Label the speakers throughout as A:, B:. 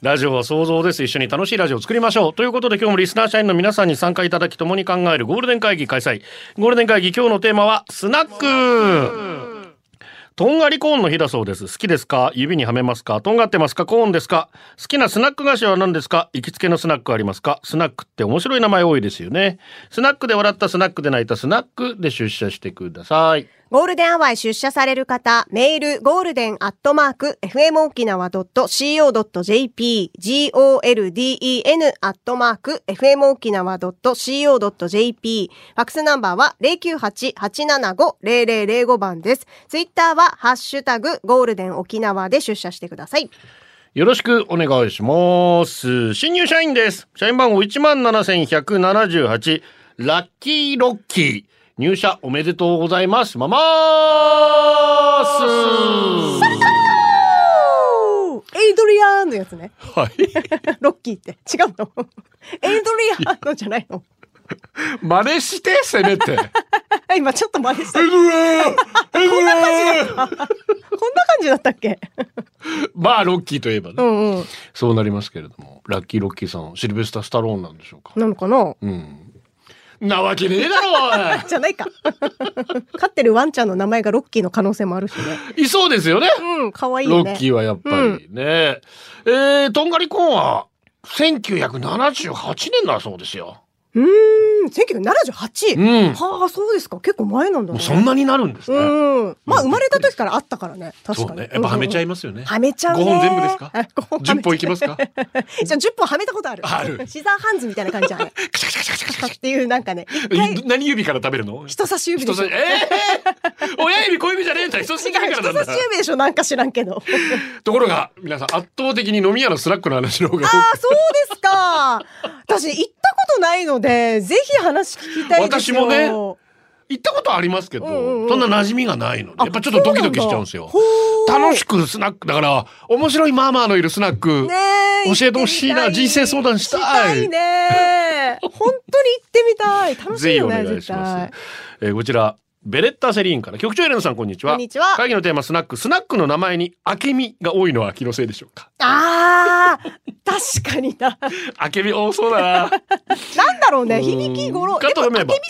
A: ラジオは想像です。一緒に楽しいラジオを作りましょう。ということで今日もリスナー社員の皆さんに参加いただき共に考えるゴールデン会議開催。ゴールデン会議今日のテーマはスナック。とんがりコーンの日だそうです。好きですか指にはめますかとんがってますかコーンですか好きなスナック菓子は何ですか行きつけのスナックありますかスナックって面白い名前多いですよね。スナックで笑った、スナックで泣いた、スナックで出社してください。
B: ゴールデンアワーへ出社される方、メール、ゴールデンアットマーク、fmokinawa.co.jp、golden アットマーク、fmokinawa.co.jp、ファックスナンバーは098-875-0005番です。ツイッターは、ハッシュタグ、ゴールデン沖縄で出社してください。
A: よろしくお願いします。新入社員です。社員番号17,178。ラッキーロッキー。入社おめでとうございます。ママーす。
B: エイドリアーンのやつね。
A: はい。
B: ロッキーって。違うの エイドリアーンのじゃないの
A: 真似して、せめて。
B: 今ちょっと真似した。こんな感じだったっけ
A: まあ、ロッキーといえばね、
B: うんうん。
A: そうなりますけれども。ラッキーロッキーさん、シルベスター・スタローンなんでしょうか。
B: なのかな
A: うん。なわけねえだろ、
B: じゃないか。飼ってるワンちゃんの名前がロッキーの可能性もあるしね。
A: おい。いそうですよね。
B: うん、可愛い
A: ロ
B: よ
A: ッ
B: ね。
A: キーはやっぱりね。えー、とんがりコーンは1978年だそうですよ。
B: うーん、1978。
A: うん。
B: はあ、そうですか。結構前なんだ
A: もう
B: ね。
A: そんなになるんですね。
B: うん。まあ、生まれた時からあったからね。確
A: そ
B: か
A: う
B: に。
A: ね。やっぱはめちゃい
B: ま
A: ますよね。
B: はめちゃう
A: 5
B: ね。
A: 本全部ですか
B: あ5本はめちゃう
A: 10本いきますか
B: じゃあ10本はめたことある。
A: ある
B: シザーハンズみたいな感 じじゃない
A: カシャカシャカシャカシャカシ
B: っていう、なんかね、一回
A: ャ。何指から食べるの
B: 人差し指で
A: 人差
B: しょ。
A: しえ ー、親指小指じゃねえんだ人差し指からな
B: 人
A: んだ
B: 差し指でしょ、なんか知らんけど。
A: ところが皆さん圧倒的に飲み屋のスナックの話の方が
B: ああ、そうですか。私、行ったことないので、ぜひ話聞きたいです
A: 私
B: よ。
A: もね行ったことありますけど、
B: うんうんうん
A: そんな馴染みがないので
B: あ
A: やっぱちょっとドキドキしちゃうんですよ
B: そなんだほー
A: 楽しくスナックだから面白いママのいるスナック、
B: ね
A: 教えてほしいな
B: 行ってみ
A: 人生相談したい
B: したいね。本当に行ってみたい。楽し
A: ぜ
B: い
A: ひお
B: よね、
A: 願い
B: 絶
A: しま
B: 対
A: す。。えーこちら、ベレッタセリーンから。局長エレンさん、こんにちは。
B: こんにちは
A: 会議のテーマ、スナック。スナックの名前に、あけみが多いのは気のせいでしょうか。
B: ああ、確かにな。
A: あけみ多そうだな。
B: なんだろう
A: う
B: ね、
A: ん
B: 響き語呂。
A: かと
B: でも、あけ
A: 思え
B: みさ
A: ば
B: んがや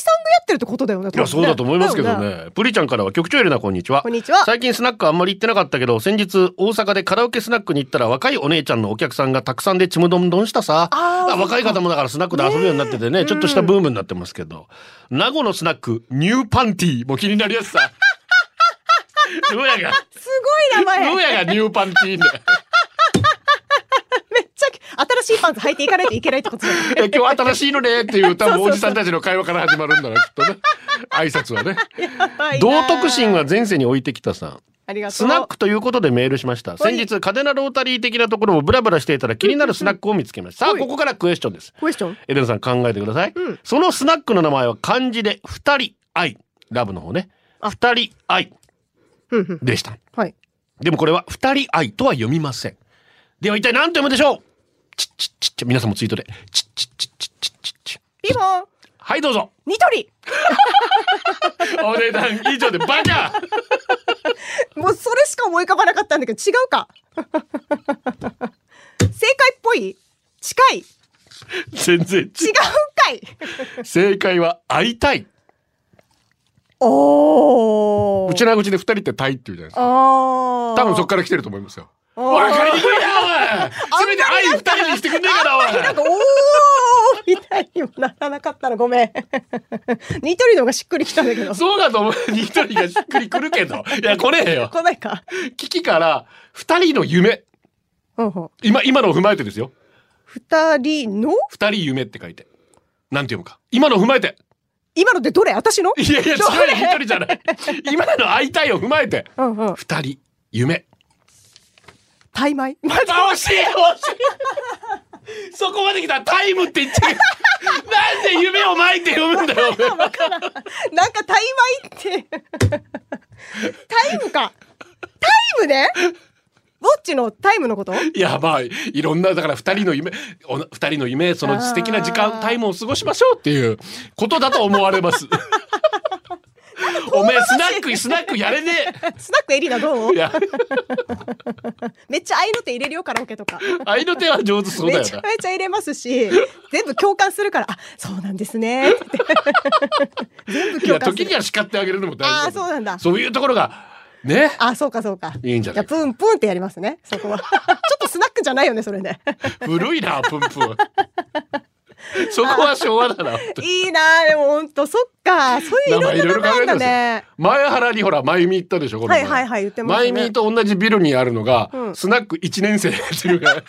B: ってるってことだよね。
A: いや、そうだと思い ますけど
B: だよ。
A: ね。プリちゃんからは、局長エレナ、こんにちは
B: こん。にちは。
A: 最近スナックあんまり行ってなかったけど、先日、大阪でカラオケスナックに行ったら、若いお姉ちゃんのお客さんがたくさんでちむどんどんしたさ。
B: あー
A: あ若い方もだからスナックで遊ぶようになっててね、ちょっとしたブームになってますけど。名護のスナック、ニューパンティーも気になりやす さ。どうやが。
B: すごい名前。
A: どう
B: めっ
A: やがニューパンティーンだよ
B: ちゃ新しいパンツ履いていかないといけないってことだよね。
A: え 今日新しいのねっていう多分おじさんたちの会話から始まるん だなきっとね挨拶はね
B: やば いな
A: 道徳心は前世に置いてきたさ
B: ありがとう。
A: スナックということでメールしました先日カデナロータリー的なところをブラブラしていたら気になるスナックを見つけましたさあここからクエスチョンです
B: クエスチョン。
A: エレンさん考えてください、
B: うん
A: そのスナックの名前は漢字で二人愛ラブの方ね
B: あ
A: 二人愛
B: ふんふん。
A: でした
B: はい。
A: でもこれは二人愛とは読みません。では一体何と読むでしょうちっちっちっち皆さんもツイートで。ちっちっちっちっちっちっち。
B: ピンポン。
A: はいどうぞ。
B: ニトリ。
A: お値段以上でバカ
B: もうそれしか思い浮かばなかったんだけど違うか 正解っぽい近い違う
A: 全然違。
B: んかい う
A: 正解は会いたい。
B: おー
A: うちな口で二人ってたいって言うじゃないですか。
B: あー
A: 多分そっから来てると思いますよ。
B: あー
A: わかりにくいなおいせめて愛二人にしてくんねえかなお
B: なん
A: い
B: かおー みたいにもならなかったらごめん ニトリの方がしっくりきたんだけど
A: そうだと思う。二人がしっくりくるけど。いや、来ねえよ。
B: 来ないか
A: 危機から二人の夢。
B: ほうほう
A: 今、今のを踏まえてですよ。
B: 二人の
A: 二人夢って書いて。なんて読むか。今のを踏まえて。
B: 今のでどれ私の
A: いやいや、違うよ一人じゃない。今の会いたいを踏まえて。
B: うんうん
A: 二人、夢。
B: タイ 米
A: また惜しい惜しいそこまで来たらタイムって言ってる。なんで夢を巻いて読むんだよ。
B: なんかタイマイって。 タイムか。タイムね。ウォッチのタイムのこと。
A: い やまあいろんなだから二人の夢おな二人の夢その素敵な時
B: あ
A: 間
B: ー
A: タイムを過ごしましょうっていうことだと思われ ます。おめえスナックスナックやれね
B: スナックエリナどう
A: え。い。や
B: めっちゃ合いの手入れるよカラオケとか。
A: 愛の手は上手そうだよ
B: めちゃ
A: な。
B: めちゃ入れますし、全部共感するから、あ、そうなんで すねって言って。全部
A: いや
B: 共感す
A: 時
B: る
A: に。は叱ってあげるのも大事
B: あーそうなんだ
A: そういうところがね。
B: あ、そうかそうか。
A: いいんじゃない
B: やプンプンってやりますね。そこは。ち ょっとスナックじゃないよねそれ ね。
A: 古いなプン プン。そこは昭和だな。本当に
B: いいなあでも本当そっかそう いういろんな名前あるんだね。
A: 前原にほら前見行ったでしょこの前
B: はいはいはい言ってますね
A: 前見と同じビルにあるのが、
B: うん
A: スナック一年生って いうか
B: あでも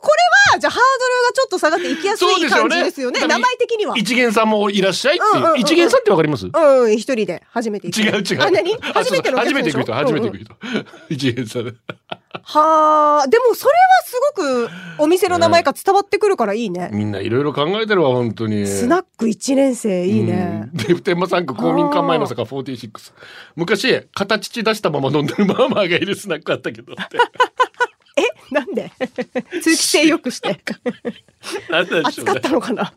B: これはじゃあハードルがちょっと下がっていきやす
A: そう
B: い
A: でしょう
B: 感
A: ね
B: じですよね
A: だから
B: 名前的には。
A: 一元さんもいらっしゃいっていう,、
B: うんうんうんうん
A: 一元さんってわかります、
B: うんうん一人で初めて行く。
A: 違う違う
B: あ何
A: あ
B: 初めてのお
A: そう初
B: 客さん
A: めて
B: でしょ
A: 行く人初めて行く
B: うんうん
A: 人、 一元さん
B: はあでもそれはすごくお店の名前が伝わってくるからいいね。
A: みんないろいろ考えてるわ本当に
B: スナック一年生いいね
A: う。んで普天間産区公民館前の坂46昔片乳出したまま飲んでるママがいるスナックあったけど って
B: えなんで 通気性良くして
A: なん なんでしょ
B: 暑
A: う
B: かっ
A: ね
B: たのかな。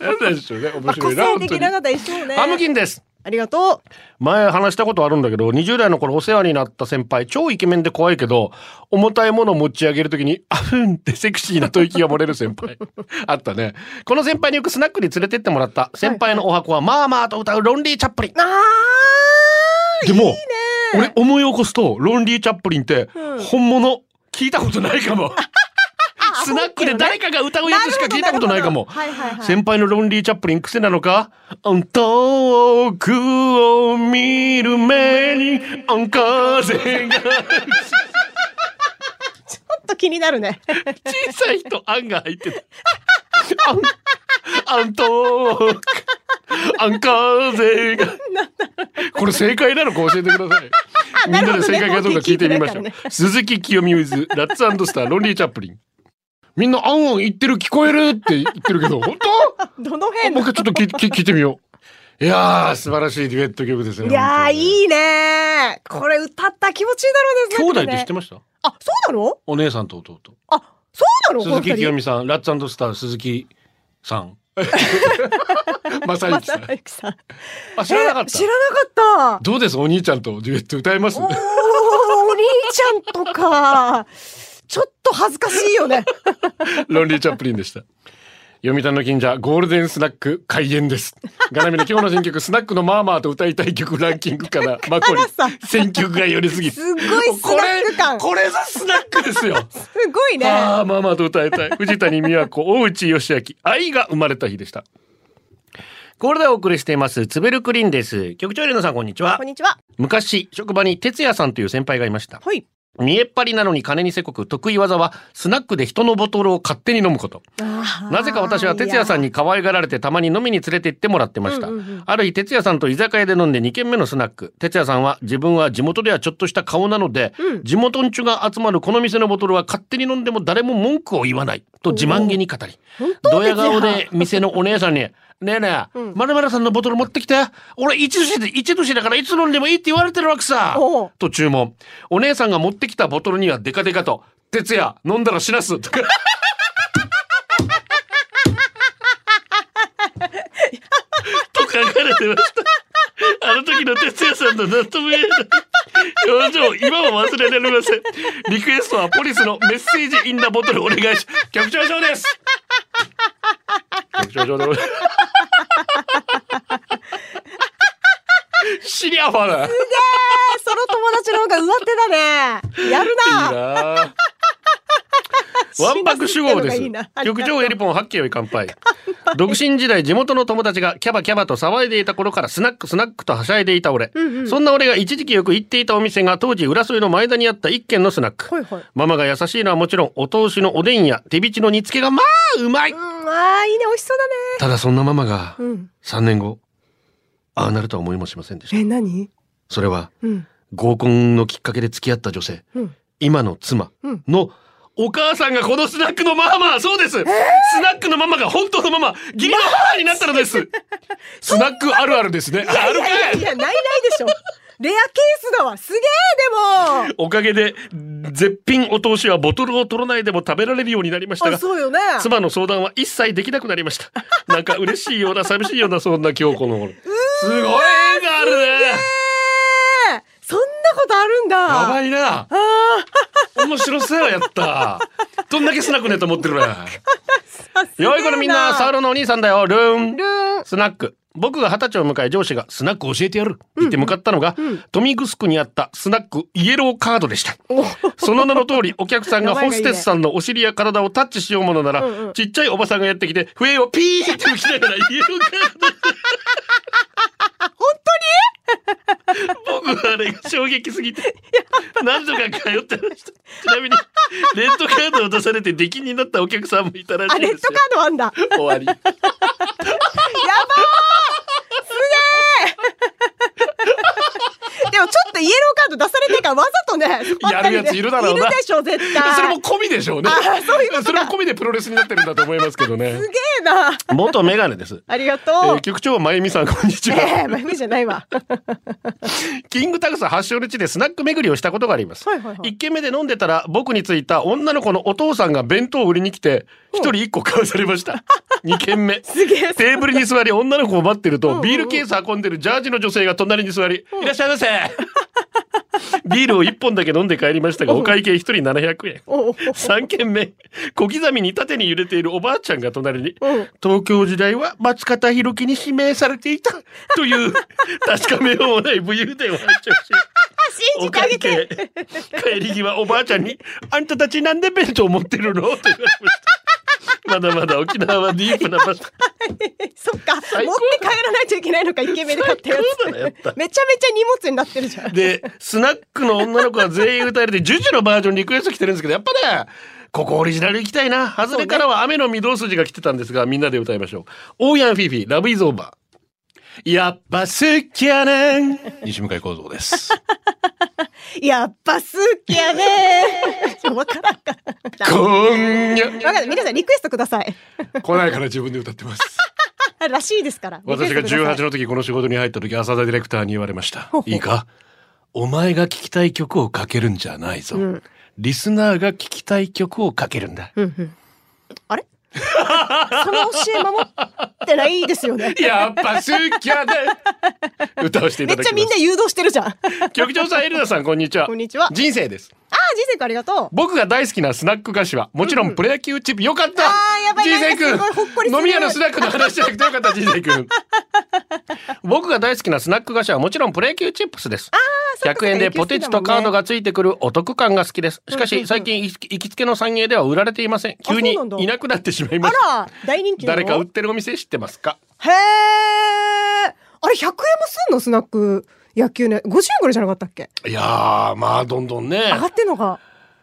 A: なんなんでしょうね面白
B: 個
A: いな
B: 性
A: 本当
B: 的
A: に
B: な方一緒ね。
A: ハムキンです
B: ありがとう。
A: 前話したことあるんだけど20代の頃お世話になった先輩超イケメンで怖いけど重たいものを持ち上げるときにあふんってセクシーな吐息が漏れる先輩 あったねこの先輩によくスナックに連れてってもらった先輩のお箱はまあまあと歌うロンリー・チャップリン
B: あー
A: でも
B: いいね
A: 俺思い起こすとロンリー・チャップリンって
B: うん
A: 本物聞いたことないかもスナックで誰かが歌うやつしか聞いたことないかも
B: なるほどはいはいはい
A: 先輩のロンリー・チャップリン癖なのか遠くを見る目に風が
B: ちょっと気になるね。
A: 小さい人あんが入ってたあんあん遠くあん風がこれ正解なのか教えてくだ さいみんな
B: なるほどね
A: で正解かどうか聞いてみましょ
B: もう聞いてないうからね
A: 鈴木清美 with ラッツスターロンリー・チャップリンみんなあんあん言ってる聞こえるって言ってるけど本当
B: どの
A: もう
B: 辺
A: 一回ちょっと聞い聞聞いてみよう。いやー、素晴らしいデュエット曲ですね。
B: いやー、
A: い。
B: いいねー。これ歌ったら気持ちいいだろうね。
A: 兄弟って知って
B: ま
A: ました
B: あ、そうなの
A: お姉さんと弟。
B: あ、そうなの
A: 鈴木清
B: 美
A: 美さん、ラッツスター鈴木さ ん。正幸さん。
B: さん。
A: あ、知らなかっ
B: え知ら
A: た。
B: なかった。
A: どうですお兄ちゃんとデュエット歌えます
B: おー、お兄ちゃんとか。ちょっと恥ずかしいよね。
A: ロンリーチャップリンでした。読谷の近所ゴールデンスナック開演です。がなみの今日の選曲、スナックのまあまあと歌いたい曲ランキングから、まこ
B: さ
A: り、選曲が寄りすぎる。
B: すごいスナック感
A: これ、これぞスナックですよ。
B: すごいね。
A: ああ、まあまあと歌いたい。藤谷美和子、大内義明、愛が生まれた日でした。これでお送りしています、つべるクリーンです。局長エレナさん、こんにちは
B: こん。にちは。
A: 昔、職場に哲也さんという先輩がいました。
B: はい。
A: 見えっ張りなのに金にせこく、得意技は、スナックで人のボトルを勝手に飲むこと。な
B: な
A: ぜか私は哲也さんに可愛がられてたまに飲みに連れて行ってもらってました。
B: うんうんうん
A: ある日哲也さんと居酒屋で飲んで2軒目のスナック。哲也さんは自分は地元ではちょっとした顔なので、
B: うん
A: 地元んちゅが集まるこの店のボトルは勝手に飲んでも誰も文句を言わないと自慢げに語り、
B: 本当
A: ドヤ顔
B: 哲也
A: で店のお姉さんに、ねえねえ、
B: うん
A: まるまるさんのボトル持ってきて。俺一年で、一年だからいつ飲んでもいいって言われてるわけさ
B: おう。
A: と注文。お姉さんが持ってきたボトルにはデカデカと、哲也、飲んだら死なす。と書かれてました。あの時の哲也さんのなんとも言えない表情、今も忘れられません。リクエストはポリスのメッセージインダボトルお願いし、局長賞です。局長賞でございます。シリアファだ。い
B: その友達の方が上手だね。やる
A: い
B: な。
A: な。わんぱく主語です
B: 死なせてるのがいいな。
A: 局長エリポン八景より乾杯。独身時代地元の友達がキャバキャバと騒いでいた頃からスナックスナックとはしゃいでいた俺。そんな俺が一時期よく行っていたお店が当時浦添の前田にあった一軒のスナック。
B: はいはい
A: ママが優しいのはもちろんお通しのおでんや手びちの煮付けがまあうまい。
B: うん、ああ、いいね、美味しそうだね。
A: ただそんなママが
B: うん。
A: 3年後、ああなるとは思いもしませんでした。
B: え、何
A: それは
B: うん。
A: 合コンのきっかけで付き合った女性、
B: うん
A: 今の妻
B: うん
A: のお母さんがこのスナックのママそうです、スナックのママが本当のママ義理の母になったのですスナックあるあるですねああるか
B: いやいやい
A: い
B: やないないでしょレアケースだわすげえで
A: おかげで絶品お通しはボトルを取らないでも食べられるようになりました
B: もあ
A: が
B: そうよね
A: 妻の相談は一切できなくなりましたなんか嬉しいような寂しいようなそんな今日この頃すごい縁があるね
B: ええそんなことあるんだ
A: やばいな 面白そうやったどんだけスナックねと思ってるね
B: さすが
A: よいこれみんなサウロのお兄さんだよルーン
B: ルーン
A: スナック僕が二十歳を迎え上司がスナック教えてやる言って向かったのが、豊見城区にあったスナックイエローカードでしたその名の通りお客さんがホステスさんのお尻や体をタッチしようものなら、
B: んうん
A: ちっちゃいおばさんがやってきて笛をピーって吹きながらイエローカード本当に僕はあれが衝撃すぎて何度か通ってましたちなみにレッドカードを出されて出禁になったお客さんもいたらし
B: あ
A: いで
B: レ
A: す
B: ッ
A: よ
B: ドカードあんだ
A: 終わり
B: でもちょっとイエローカード出されてるからわざとね
A: やるやついるだろうない
B: るでしょ絶対
A: それも込みでしょうね
B: あそういうことだ
A: それも込みでプロレスになってるんだと思いますけどね
B: すげえな
A: 元メガネです、
B: ありが
A: え
B: とう
A: ー、局長まゆみさんこんにち
B: ええ
A: は
B: まゆみじゃな いわ
A: キングタグさ発祥の地でスナック巡りをしたことがあります、
B: はいはいはい
A: 一軒目で飲んでたら僕についた女の子のお父さんが弁当を売りに来て一人一個買わされました 二軒目
B: すげえ
A: テーブルに座り女の子を待ってる
B: うんうんう
A: と
B: ん
A: ビールケース運んでるジャージの女性が隣に座り「いらっしゃいませ」 ビールを1本だけ飲んで帰りましたがお会計1人700円
B: おうおう
A: 3軒目小刻みに縦に揺れているおばあちゃんが隣に
B: うん
A: 「東京時代は松方弘樹に指名されていた」という確かめようもない武勇伝を発表し
B: 信
A: お
B: じてあ
A: 会
B: げ
A: 計
B: て
A: 帰り際おばあちゃんに「あんたたちなんで弁当持ってるの?」と言われましたまだまだ沖縄はディープな場所
B: そっか持って帰
A: 最高
B: らないといけないのかイケメンで買ったや
A: 最高だなやっぱ
B: つめちゃめちゃ荷物になってるじゃん
A: でスナックの女の子は全員歌えるでジュジュのバージョンリクエスト来てるんですけどやっぱねここオリジナル行きたいな外れからは雨の御堂筋が来てたんですがみんなで歌いましょうオーヤンフィーフィーラブイズオーバーやっぱ好きやねん西向井幸三です
B: やっぱ好きやね ちょわからんかった
A: 今
B: わかん
A: 夜
B: ない皆さんリクエストください
A: 来ないから自分で歌ってます
B: らしいですから
A: 私が
B: リクエストくだ
A: 18
B: さい
A: の時この仕事に入った時浅田ディレクターに言われましたいいかお前が聴きたい曲をかけるんじゃないぞ、
B: ん
A: リスナーが聴きたい曲をかけるんだ
B: うんうんあれその教え守ってないですよね
A: やっぱ好きやで歌わせてい
B: め
A: ただ
B: っち
A: き
B: ゃ
A: ま
B: みんな
A: す
B: 誘導してるじゃん あー人
A: 局長さんエルダさんこんにちは
B: こんにちは
A: 人生です
B: 生くんありがとう
A: 僕が大好きなスナック菓子はもちろんプロ野球チップよかった、
B: あーやばい
A: 人生
B: なんかすごいほっこり
A: くん
B: する
A: 飲み屋のスナックの話じゃなくてよかった人生くん僕が大好きなスナック菓子はもちろんプロ野球チップスです
B: そっか
A: 100円でポテチとカードがついてくるお得感が好きですしかし最近行き行きつけの三栄では売られていません急に
B: そうなんだ
A: いなくなってしまいま
B: あ
A: した
B: ら大人気なの
A: 誰か売ってるお店知ってますか
B: へえあれ100円もすんのスナック野球ね50円ぐらいじゃなかったっけ
A: いやーまあどんどんね
B: 上がってんのが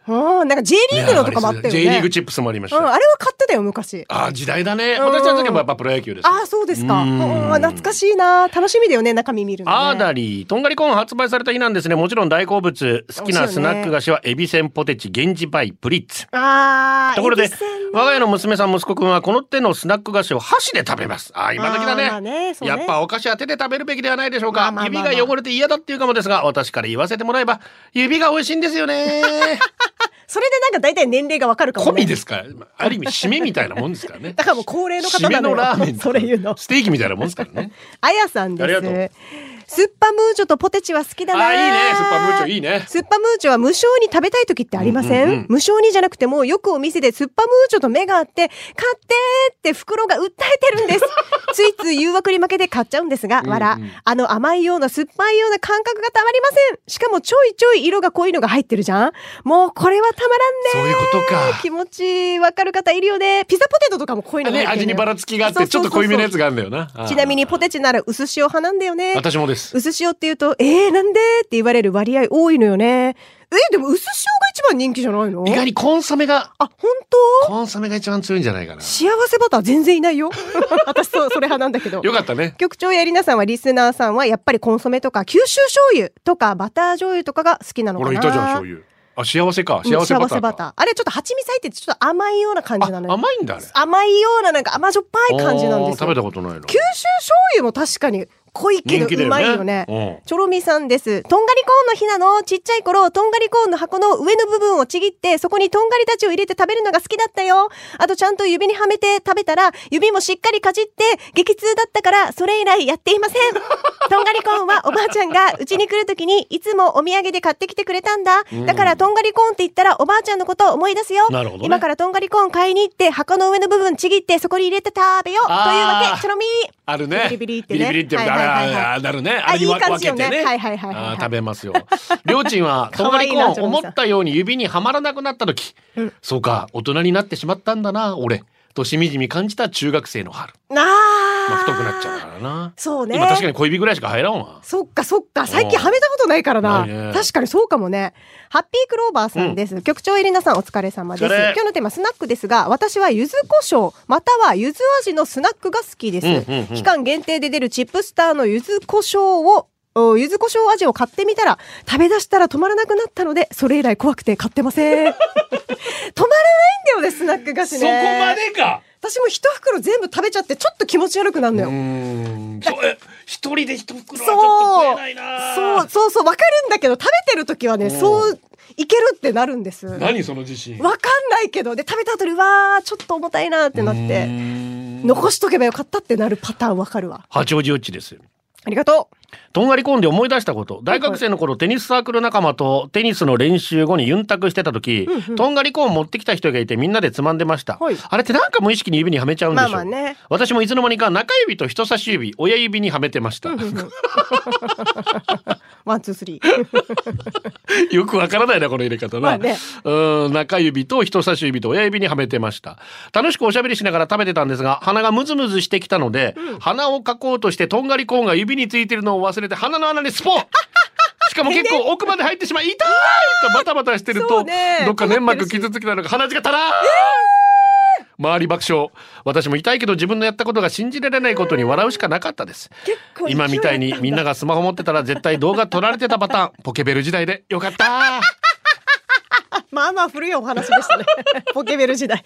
B: あーなんか J リーグのとかもあったよね
A: J リーグチップスもありました。
B: うん、あれは買ってたよ昔
A: ああ時代だね。
B: うん
A: 私たちもやっぱプロ野球です。
B: ああそうですか。
A: う
B: うんん懐かしいな。楽しみだよね中身見るの、ね。
A: アーダリー、とんがりコーン発売された日なんですね。もちろん大好物。好きなスナック菓子は、エビせんポテチ、ゲンジパイ、プリッツ。
B: あー
A: ところで
B: エビせん、
A: 我が家の娘さん、息子くんは、この手のスナック菓子を箸で食べます。ああ、今時だ
B: あーまあ
A: ね。
B: ねそうね
A: やっぱお菓子は手で食べるべきではないでしょう
B: ま
A: か
B: あ。まあまあまあ
A: 指が汚れて嫌だっていうかもですが、私から言わせてもらえ ば、指が美味しいんですよね。
B: それでなんか大体年齢がわかるかも、ね。
A: 込みですから、ある意味、締めみたいなもんですからね。
B: だからもう高齢の方
A: 締め
B: なの
A: の
B: よ。
A: ラーメンとか
B: それ言うの。
A: ステーキみたいなもんですからね
B: あやさんです。
A: ありがとう
B: スッパムーチョとポテチは好きだな。
A: あいいねスッパムーチョいいね
B: スッパムーチョは無償に食べたい時ってありません,、
A: うんうんうん
B: 無償にじゃなくてもよくお店でスッパムーチョと目があって買ってって袋が訴えてる んです。ついつい誘惑に負けて買っちゃうんですが、わら、あの甘いような酸っぱいような感覚がたまりません。しかもちょいちょい色が濃いのが入ってるじゃん。もうこれはたまらんね。
A: そういうことか
B: 気持ちわかる方いるよね。ピザポテトとかも濃いのが入
A: ね
B: ってるの
A: 味に
B: よ
A: ばらつきがあってちょっと濃いめのやつがあるんだよなあー
B: ちなみにポテチなら薄塩派なんだよね。
A: 私もです
B: 薄塩って言うと、えー、なんでって言われる割合多いのよね。えー、でも薄塩が一番人気じゃないの
A: 意外にコンソメが
B: あ、本当
A: コンソメが一番強いんじゃないかな
B: 幸せバター全然いないよ。 私そう、それ派なんだけど。
A: よかったね
B: 局長やりなさんはリスナーさんはやっぱりコンソメとか九州醤油とかバター醤油とかが好きなのか
A: 俺
B: な。
A: いたじゃん醤油
C: あ幸せか
B: うん
C: 幸せバターか、
B: バターあれちょっと蜂蜜入っててちょっと甘いような感じなの
C: あ
B: よ
C: 甘いんだあれ
B: 甘いようななんか甘じょっぱい感じなんですよ
C: あー食べたことないの
B: 九州醤油も確かに濃いけど
C: 人気だよね
B: うまいよね
C: うん
B: チョロミさんです。とんがりコーンのひなのちっちゃい頃、とんがりコーンの箱の上の部分をちぎって、そこにとんがりたちを入れて食べるのが好きだったよ。あとちゃんと指にはめて食べたら、指もしっかりかじって、激痛だったから、それ以来やっていません。とんがりコーンはおばあちゃんがうちに来るときにいつもお土産で買ってきてくれたんだ。だからとんがりコーンって言ったらおばあちゃんのことを思い出すよ。
A: なるほどね
B: 今からとんがりコーン買いに行って、箱の上の部分ちぎって、そこに入れて食べよう。と
C: あー
B: いうわけ、チョロミー。
C: あるね
B: ビリビリってね
C: ビリビリって
B: はい
C: あ
B: はいはいはい
C: らあなるねあれに
B: いい
C: わ分
B: 感じ
C: け
B: よ
C: て
B: ね
C: ね
B: はいはいはいはい
C: あー食べますよりょうちんはとん
B: 可
C: が
B: 愛
C: り
B: い
C: コ
B: な
C: ーン思ったように指にはまらなくなった時、そうか大人になってしまったんだな俺としみじみ感じた中学生の春、
B: なあ、
C: まあ、太くなっちゃうからな
B: そうね。
C: 今確かに小指ぐらいしか入らんわ
B: そっかそっか最近はめたことないから
C: な
B: な、
C: いね
B: 確かにそうかもねハッピークローバーさんです、局長エリナさんお疲れ様です
A: お疲れ
B: 今日のテーマスナックですが私は柚子胡椒または柚子味のスナックが好きです、
A: うんうんうん
B: 期間限定で出るチップスターの柚子胡椒をお柚子胡椒味を買ってみたら食べ出したら止まらなくなったのでそれ以来怖くて買って ません止まらないんだよねスナック菓子ね
C: か
B: 私も一袋全部食べちゃってちょっと気持ち悪くなるのよ、
C: うーんそうえ一人で一袋はちょっと食えないな
B: そうそうそうわかるんだけど食べてる時はねそういけるってなるんですわか
C: 何その自信
B: んないけどで食べた後にうわーちょっと重たいなってなって残しとけばよかったってなるパターンわかるわ
A: 八王子よっちです
B: ありがと
A: とんがりコーンで思い出したこと大学生の頃テニスサークル仲間とテニスの練習後にユンタクしてた時、とんがりコーン持ってきた人がいてみんなでつまんでました、
B: はい
A: あれってなんか無意識に指にはめちゃうんでしょう、
B: まあまあね
A: 私もいつの間にか中指と人差し指親指にはめてました、
B: うワンツース リー
A: よくわからないなこの入れ方な、
B: まあね
A: うーん中指と人差し指と親指にはめてました楽しくおしゃべりしながら食べてたんですが鼻がムズムズしてきたので、鼻をかこうとしてとんがりコーンが指についてるのを忘れて鼻の穴にス ポンしかも結構奥まで入ってしまい痛いとバタバタしてる
B: そ
A: と、
B: うね
A: どっか粘膜傷つきなのか鼻血がたらー周り爆笑私も痛いけど自分のやったことが信じられないことに笑うしかなかったです
B: 構
A: 今みたいにみんながスマホ持ってたら絶対動画撮られてたパターンポケベル時代でよかった
B: まあまあ古いお話で したねポケベル時代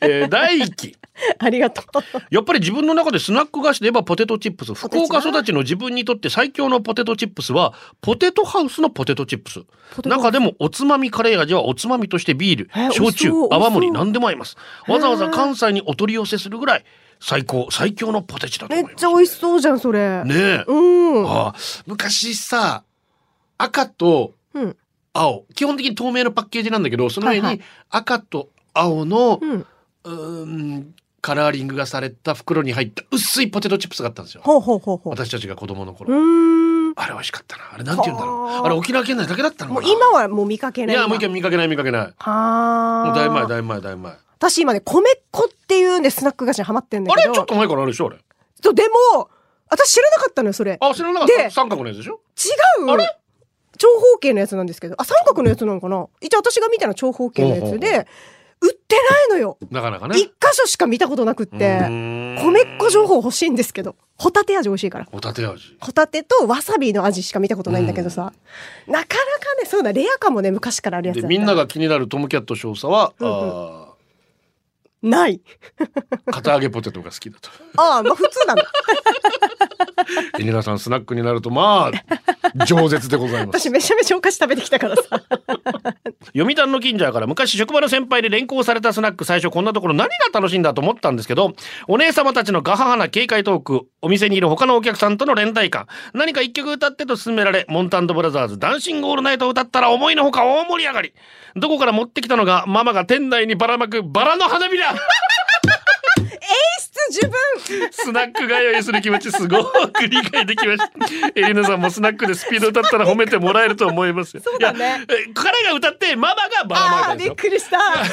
A: えー第一期
B: ありがとう
A: やっぱり自分の中でスナック菓子で言えばポテトチップス
B: テ
A: 福
B: チな
A: 岡育ちの自分にとって最強のポテトチップスはポテトハウスのポテトチップス
B: ポテトハウス
A: 中でもおつまみカレー味はおつまみとしてビール
B: えー
A: 焼酎
B: 美味しそう
A: 泡盛
B: 美味しそう
A: 何でも合いますわざわざ関西にお取り寄せするぐらい最高最強のポテチだと
B: め
A: 思い
B: っ
A: ま
B: ち
A: す
B: ゃ美味しそうじゃんそれ、
A: ねえ、
B: うんうん
A: ああ昔さ赤と
B: うん
A: 青基本的に透明のパッケージなんだけどその上
B: はい
A: に赤と青の、
B: うん
A: うーんカラーリングがされた袋に入った薄いポテトチップスがあったんですよ
B: ほうほうほうほう
A: 私たちが子供の
B: う
A: 頃
B: ーん
A: あれ美味しかったなあれなんて言うんだろ
B: は
A: う
B: あ
A: あれ沖縄県内だけだったの
B: もう
A: かな
B: 今はもう見かけない
A: いやもう一回見かけない見かけない
B: はあ
A: もうだいぶ前だいぶ前だいぶ前
B: 私今ね、米粉っていうね、スナック菓子にハマってんだ
A: あ
B: け
A: れ
B: ど。
A: ちょっと前からあるでしょあれ
B: そうでも、私知らなかったのよ、それ。
A: あ知らなかった
B: で
A: 三角のやつでしょ
B: 違う
A: あれ
B: 長方形のやつなんですけど。あ、三角のやつなのかな一応私が見たのは長方形のやつで、売ってないのよ。
A: なかなかね
B: 一箇所しか見たことなくっ
A: うー
B: て。
A: ん
B: 米粉情報欲しいんですけど。ホタテ味美味しいから。
A: ホタテ味
B: ホタテとわさびの味しか見たことないんだけどさ。なかなかね、そうだ、レアかもね、昔からあるや
A: で
B: つだった
A: みんなが気になるトムキャット少佐は、
B: うんうん
A: あ
B: ない。
A: ー片揚げポテトが好きだと
B: ああ、まあ普通なの。
A: エニラさんスナックになるとまあ饒舌でございます
B: 私めちゃめちゃお菓子食べてきたからさ。
A: 読谷の近所やから昔職場の先輩で連行されたスナック最初こんなところ何が楽しいんだと思ったんですけどお姉様たちのガハハな軽快トークお店にいる他のお客さんとの連帯感何か一曲歌ってと勧められモンタンドブラザーズ「ダンシング・オールナイト」を歌ったら思いのほか大盛り上がりどこから持ってきたのがママが店内にばらまくバラの花びら
B: 質十分
A: スナック通いする気持ちすごく理解できましたエリナさんもスナックでスピード歌ったら褒めてもらえると思いますよ
B: そうだね
A: いやえ彼が歌ってママがばらまい
B: あ
A: たん
B: あー
A: です
B: び
A: よ
B: っくりした自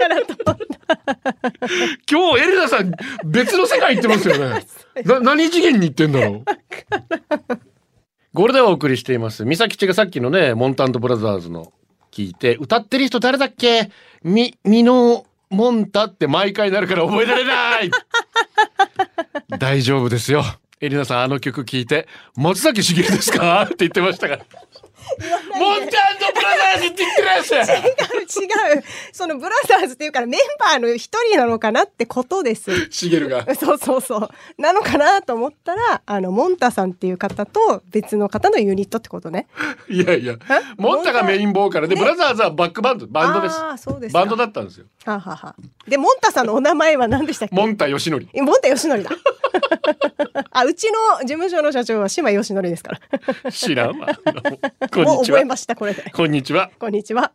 B: 分でやったのかなと思っ
C: 今日エリナさん別の世界行ってますよねな何次元に行ってんだろう
A: ゴールデンをお送りしています。美咲ちがさっきのね、モンタントブラザーズの聞いて、歌ってる人誰だっけみ、みの、モンタって毎回なるから覚えられない大丈夫ですよ。エリナさん、あの曲聞いて、松崎しげるですかって言ってましたから。
C: モンタンドブラザーズって言ってるやつ
B: 違う違うそのブラザーズっていうからメンバーの一人なのかなってことです
C: シゲルが。
B: そうそうそうなのかなと思ったらあのモンタさんっていう方と別の方のユニットってことね
C: いやいや
B: え。
C: モンタがメインボーカルで、
B: ね
C: ブラザーズはバックバンド、バンドです。
B: あーそうですか
C: バンドだったんですよ。
B: はあ、はあはあ、でモンタさんのお名前は何でしたっけ
C: モンタヨシノリ。
B: えモンタヨシノリだ あうちの事務所の社長は島ヨシノリですから
C: 知らん わ。こん
B: もう
C: にちは
B: 覚え。ましたこれで
C: こんにちは。
B: こんにちは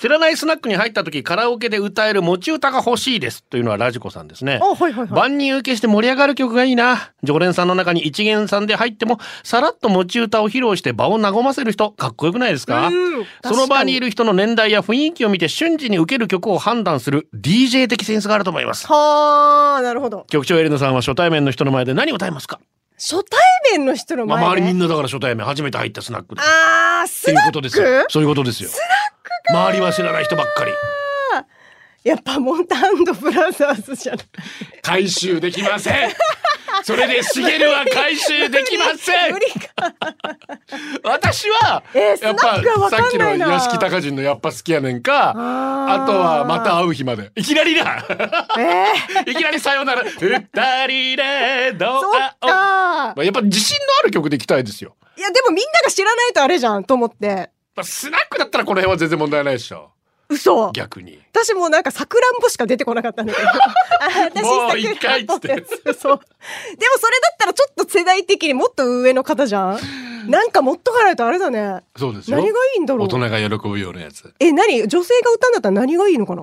A: 知らないスナックに入った時カラオケで歌える持ち歌が欲しいですというのはラジコさんですね
B: おはいはいはい
A: 万人受けして盛り上がる曲がいいな常連さんの中に一元さんで入ってもさらっと持ち歌を披露して場を和ませる人かっこよくないですか
B: うん
A: その場にいる人の年代や雰囲気を見て瞬時に受ける曲を判断する DJ 的センスがあると思います
B: はあなるほど
A: 局長エリノさんは初対面の人の前で何を歌いますか、
B: 初対面の人の
A: ま
B: 前
A: あ、
B: で、
A: 周りみんなだから初対面初めて入ったスナックで
B: あー
A: って
B: ス
A: いう
B: ナ
A: こ
B: ッ
A: とですよ
B: ク
A: そういうことですよ周りは知らない人ばっかり
B: やっぱモンタンドブラザーズじゃない
C: 回収できません。それでシゲルは回収できません
B: 無。理か
C: 私は、
B: えー
C: やっ
B: スナックは
C: ぱ
B: わ
C: さっ
B: か
C: き
B: ん
C: の
B: ないな
C: 屋敷隆人のやっぱ好きやねんか、
B: あー
C: あとはまた会う日まで。いきなりだ
B: え
C: いきなりさよなら。二人でど
B: ー、
C: う
B: そっ
C: 会おう
B: か
C: まあやっぱ自信のある曲でいきたいですよ。
B: いやでもみんなが知らないとあれじゃんと思って
C: まあ、スナックだったらこの辺は全然問題ないでしょ。
B: 嘘
C: 逆に。
B: 私もうなんかさくらんぼしか出てこなかったんだけどあ私
C: もう一
B: さくら
C: 回
B: ん
C: っ
B: ぼ
C: つ
B: っ
C: ってて
B: やつそうでもそれだったらちょっと世代的にもっと上の方じゃ んなんか持っとかないとあれだね
C: そうですよ。
B: 何がいいんだろ
C: 大
B: う
C: 人が喜ぶようなやつ。
B: え何女性が歌うんだったら何がいいのかな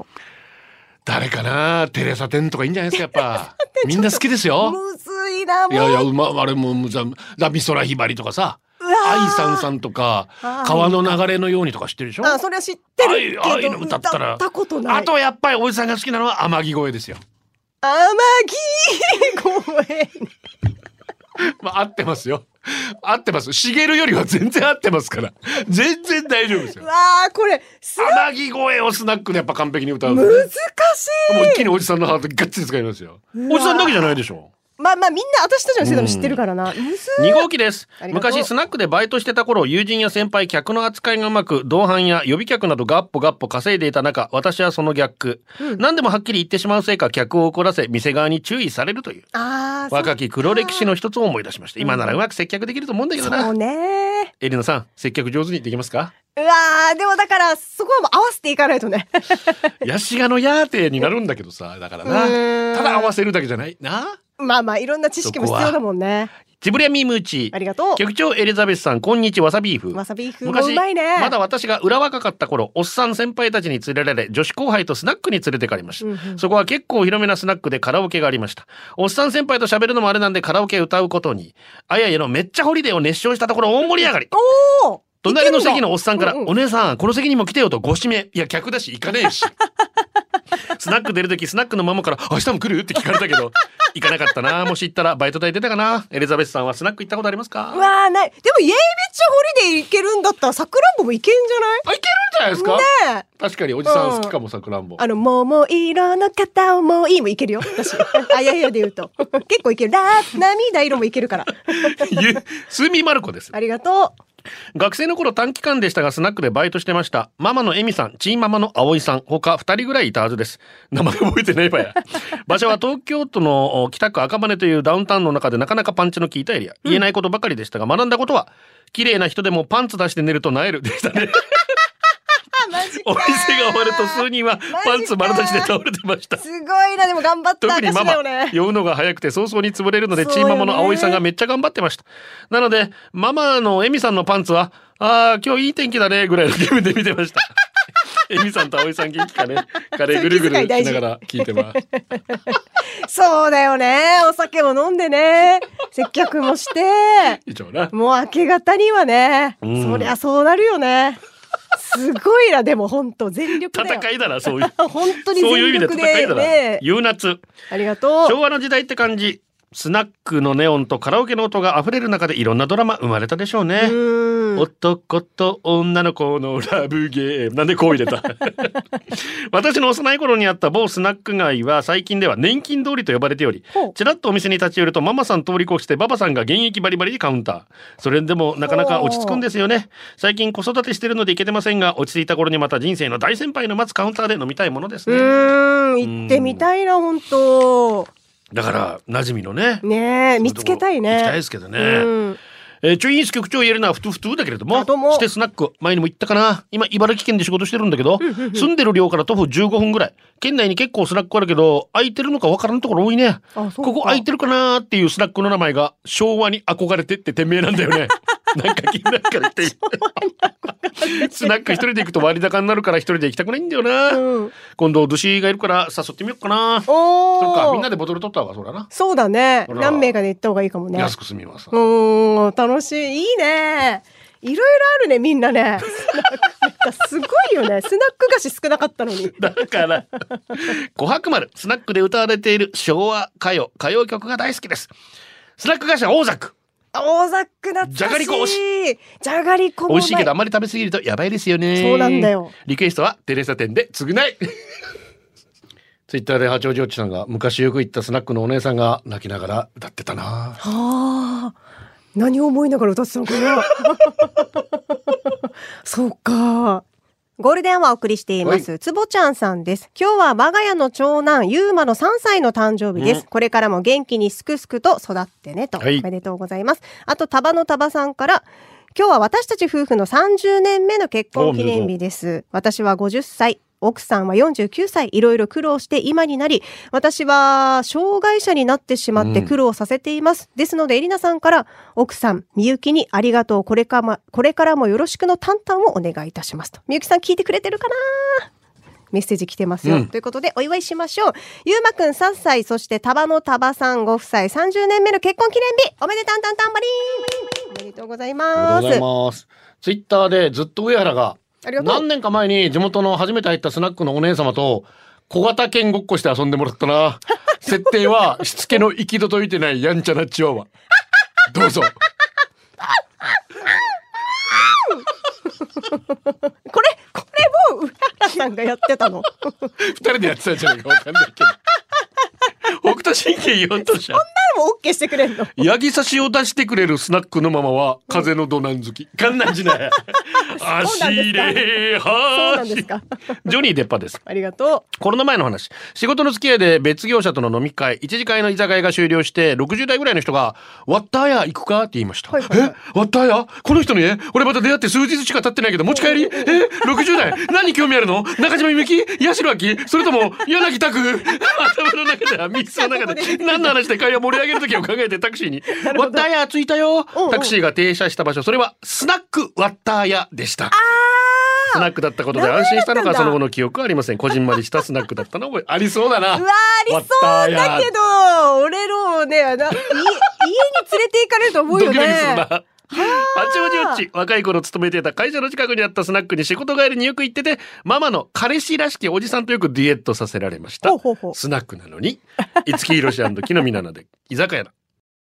C: 誰かなテレサテンとかいいんじゃないですか、 やっぱ。みんな好きですよ。
B: むずいないも
C: や
B: う
C: いや、うま、あれも、むざラビソラヒバリとかさ、
B: うわー
C: アイさんさんとか
B: あ、ー
C: 川の流れのようにとか知ってるでしょ
B: あそれは知ってるけど
C: 愛愛の歌ったら
B: 歌ったことない
C: あとやっぱりおじさんが好きなのは天城越えですよ。
B: 天城越え
C: まあ合ってますよ。合ってます。しげるよりは全然合ってますから。全然大丈夫ですよ。
B: わあこれす
C: 天城越えをスナックでやっぱ完璧に歌うのね。
B: 難し
C: もう
B: い
C: 一気におじさんのハートガッチリ使いますよ。おじさんだけじゃないでしょ。
B: まあまあみんな私たちの世代も知ってるからな、むずい
A: 2号機です
B: ありがとう
A: 昔スナックでバイトしてた頃友人や先輩客の扱いがうまく同伴や予備客などガッポガッポ稼いでいた中私はその逆、何でもはっきり言ってしまうせいか客を怒らせ店側に注意されるという
B: あーそう
A: 若き黒歴史の一つを思い出しました今ならうまく接客できると思うんだけど
B: そ
A: な
B: うね
A: エリナさん接客上手にできますか
B: うわーでもだからそこはもう合わせていかないとね
C: ヤシガのヤーテーになるんだけどさ、だから
B: うーん
C: な。ただ合わせるだけじゃない。な。
B: まあまあいろんな知識も必要だもんね
A: ジブリアミームーチ
B: ありがとう
A: 局長エリザベスさんこんにちはわさビーフ
B: わさビーフもう
A: 昔
B: まいね
A: まだ私が裏若かった頃おっさん先輩たちに連れられ女子後輩とスナックに連れてかれました、そこは結構広めなスナックでカラオケがありましたおっさん先輩と喋るのもあれなんでカラオケ歌うことにあややのめっちゃホリデーを熱唱したところ大盛り上がり
B: おお
A: 隣の席のおっさんから、
B: うんうん
A: お姉さん、この席にも来てよとご指名。いや、客だし、行かねえ し。スナック出るとき、スナックのママから、明日も来るって聞かれたけど、行かなかったな。もし行ったら、バイト代出たかな。エリザベスさんはスナック行ったことあります
B: う
A: か
B: わーないでもイエイビッチョホリデー行けるんだったらさくらんぼも行けんじ
C: あ、いけるんじゃないですか
B: ゃないねえ
C: 確かにおじさん好きかも、さくらんぼ。
B: あの桃色の片思いもいけるよ私あいやいやで言う と結構いけるラー涙色もいける から
A: ゆスーミーマルコです。
B: ありがとう
A: 学生の頃短期間でしたがスナックでバイトしてましたママのエミさんチーママの葵さん他2人ぐらいいたはずです名前覚えてないわや 場所は東京都のお北区赤羽というダウンタウンの中でなかなかパンチの効いたエリア言えないことばかりでしたが学んだことは綺麗な人でもパンツ出して寝ると萎えるでしたね
B: あマジか
A: お店が終わると数人はパンツ丸出しで倒れてました
B: すごいなでも頑張った
A: 特にマ
B: 証だよ
A: マ、
B: ね
A: 酔うのが早くて早々に潰れるので、
B: そうよ
A: チ
B: ね
A: ーママの葵さんがめっちゃ頑張ってました。なので、ママのエミさんのパンツは、ああ、今日いい天気だね、ぐらいの気分で見てました。 エミさんと葵さん元気かね。カレーぐるぐるしながら聞いてます。
B: そうだよね。お酒も飲んでね。接客もして。
C: 以上な。
B: もう明け方にはね。
A: うん
B: そりゃそうなるよね。すごいな、でも本当全力だよ。
A: 戦いだな、そういう。
B: 本当に
A: そういう意
B: 全
A: 味で
B: 力
A: 戦い
B: で
A: だな
B: ね。。
A: 夕夏。
B: ありがとう。
A: 昭和の時代って感じ。スナックのネオンとカラオケの音が溢れる中でいろんなドラマ生まれたでしょうね。男と女の子のラブゲーム。なんでこう入れた 私の幼い頃にあった某スナック街は最近では年金通りと呼ばれており
B: ほう、
A: ちらっとお店に立ち寄るとママさん通り越してババさんが現役バリバリでカウンター。それでもなかなか落ち着くんですよね。最近子育てしてるので行けてませんが、落ち着いた頃にまた人生の大先輩の待つカウンターで飲みたいものです
B: う
A: ね。
B: ーん、行ってみたいな、本当。
A: だから、馴染みのね。
B: ねえ、見つけたいね。
A: 行きたいですけどね。
B: うん。
A: えー、チョインス局長を言えるのはふとふとだけれども
B: あどうも
A: してスナック前にも言ったかな今茨城県で仕事してるんだけど住んでる寮から徒歩15分ぐらい県内に結構スナックあるけど空いてるのかわからんところ多いね
B: あそうか
A: ここ空いてるかなーっていうスナックの名前が昭和に憧れてって店名なんだよ ねなんか気になるからってスナック一人で行くと割高になるから一人で行きたくないんだよな、
B: うん
A: 今度寿司がいるから誘ってみようかなそ
B: おお。
A: っかみんなでボトル取ったわそうだな、
B: そうだね。
A: ほら
B: 何名かで行った方がいいかもね。
A: 安く済みます
B: うーん、楽しい。いいね。いろいろあるね、みんなね。 すごいよね。スナック菓子少なかったのに。
A: だから、琥珀丸、スナックで歌われている昭和歌謡、歌謡曲が大好きです。スナック会社大ザク。
B: 大ざっくな
A: じゃがりこ美味し
B: じゃがりこも
A: 美味しいけどあ
B: う
A: ま
B: ま
A: り食べ過ぎるとやばいですよね。
B: そうなんだよ。
A: リクエストはテレサ店で償 い。
C: ツイッターで八王子おっちさんが昔よく行ったスナックのお姉さんが泣きながら歌ってたな。
B: はあ。何を思いながら歌ってたのかな。 そうか。ゴールデンはお送りしています。つぼちゃんさんです。今日は我が家の長男、ゆうまの3歳の誕生日です。これからも元気にすくすくと育ってねと。
A: はい
B: おめでとうございます。あと、タバのタバさんから、今日は私たち夫婦の30年目の結婚記念日です。私は50歳。奥さんは49歳。いろいろ苦労して今になり、私は障害者になってしまって苦労させています。ですので、エリナさんから、奥さん、みゆきにありがとう。これからも、これからもよろしくのタンタンをお願いいたしますと。みゆきさん聞いてくれてるかなメッセージ来てますよ。ということで、お祝いしましょう。ゆうまくん3歳、そして、たばのたばさんご夫妻、30年目の結婚記念日、おめでたんたんたんばりーんおめでとうござい
C: ありがとう
B: ます。
C: ございます。ツイッターでずっと上原が
B: ありがと
C: 何
B: う。
C: 年か前に地元の初めて入ったスナックのお姉様と小型犬ごっこして遊んでもらった な。設定はしつけの行き届いてないやんちゃなチワワ。どうぞ。
B: これ、これも、うららさんがやってた の。
C: 二人でやってたんじゃないかわかんないけ
A: 北斗神経4としゃ。
B: でも、オッケーしてくれんの。
C: ど。ヤギ差しを出してくれるスナックのママは風のどなん好 き。
A: かんなんじない。足れ
B: そう
A: は
B: なんですか。
A: ジョニー・デッパです。
B: ありがと
A: コロナ前の話仕事の付き合いで別業者との飲み会一次会の居酒屋が終了して60代ぐらいの人が「ワッターヤ行くか?」って言いました「
B: はいはいはい
A: えワッターヤこの人の家俺また出会って数日しか経ってないけど持ち帰りえ60代何に興味あるの中島みゆき八代亜紀それとも柳 拓頭の中では3つの中で何の話で会話盛り上げる時を考えてタクシーに「ワッターヤ着いたよ」
B: うんうん
A: タクシーが停車した場所それはスナックワッターヤでした。スナックだったことで安心したのか
B: 名前だったんだ
A: その後の記憶はありません。こじんまりしたスナックだったの覚えありそうだ
B: う。う
A: な。
B: わー、ありそうだけど、俺のね、 な、い家に連れて行かれると思
A: ド
B: う
A: キド
B: よ
A: キする
B: ね。
A: な。八王子よっち若い頃勤めていた会社の近くにあったスナックに仕事帰りによく行っててママの彼氏らしきおじさんとよくデュエットさせられました
B: ほうほうほう
A: スナックなのに五木ひろし木の実なので居酒屋だ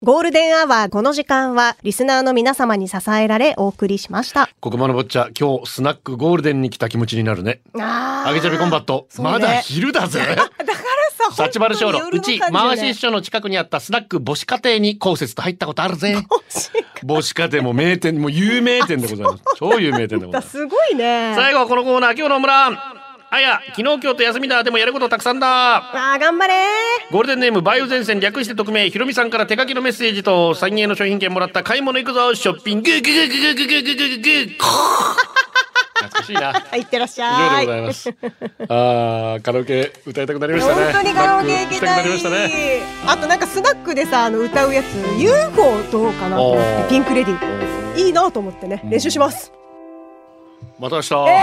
B: ゴールデンアワー、この時間は、リスナーの皆様に支えられ、お送りしました。
C: ここまのぼっちゃ今日スナックゴールデンに来た気持ちになるね。
B: あ
C: あげちゃびコンバット。
B: そうね
C: まだ昼だぜ。
B: さ
C: サチバル小路、うち、回し師
B: し
C: 匠の近くにあったスナック母子家庭に公設と入ったことあるぜ。母子家庭も名店、もう有名店でございます。超有名店でございます。
B: すごいね
A: 最後はこのコーナー今日のオムランあや昨日今日と休みだでもやることたくさんだ
B: あー頑張れ
A: ゴールデンネーム梅雨前線略して匿名ひろみさんから手書きのメッセージと三円の商品券もらった買い物行くぞショッピングググググググググググ
C: 懐かしいな。
B: はいいってらっし
C: 以上
B: ゃ
C: で
B: い
C: ございます。あー、カラオケ歌いたくなりましたね。
B: 本当にカラオケ行きたい
C: スナック行きたくなりましたね。
B: あとなんかスナックでさあの歌うやつ UFO どうかなと思っ
C: おー
B: てピンクレディーいいなと思ってね練習します、
C: また明日。
B: あんまり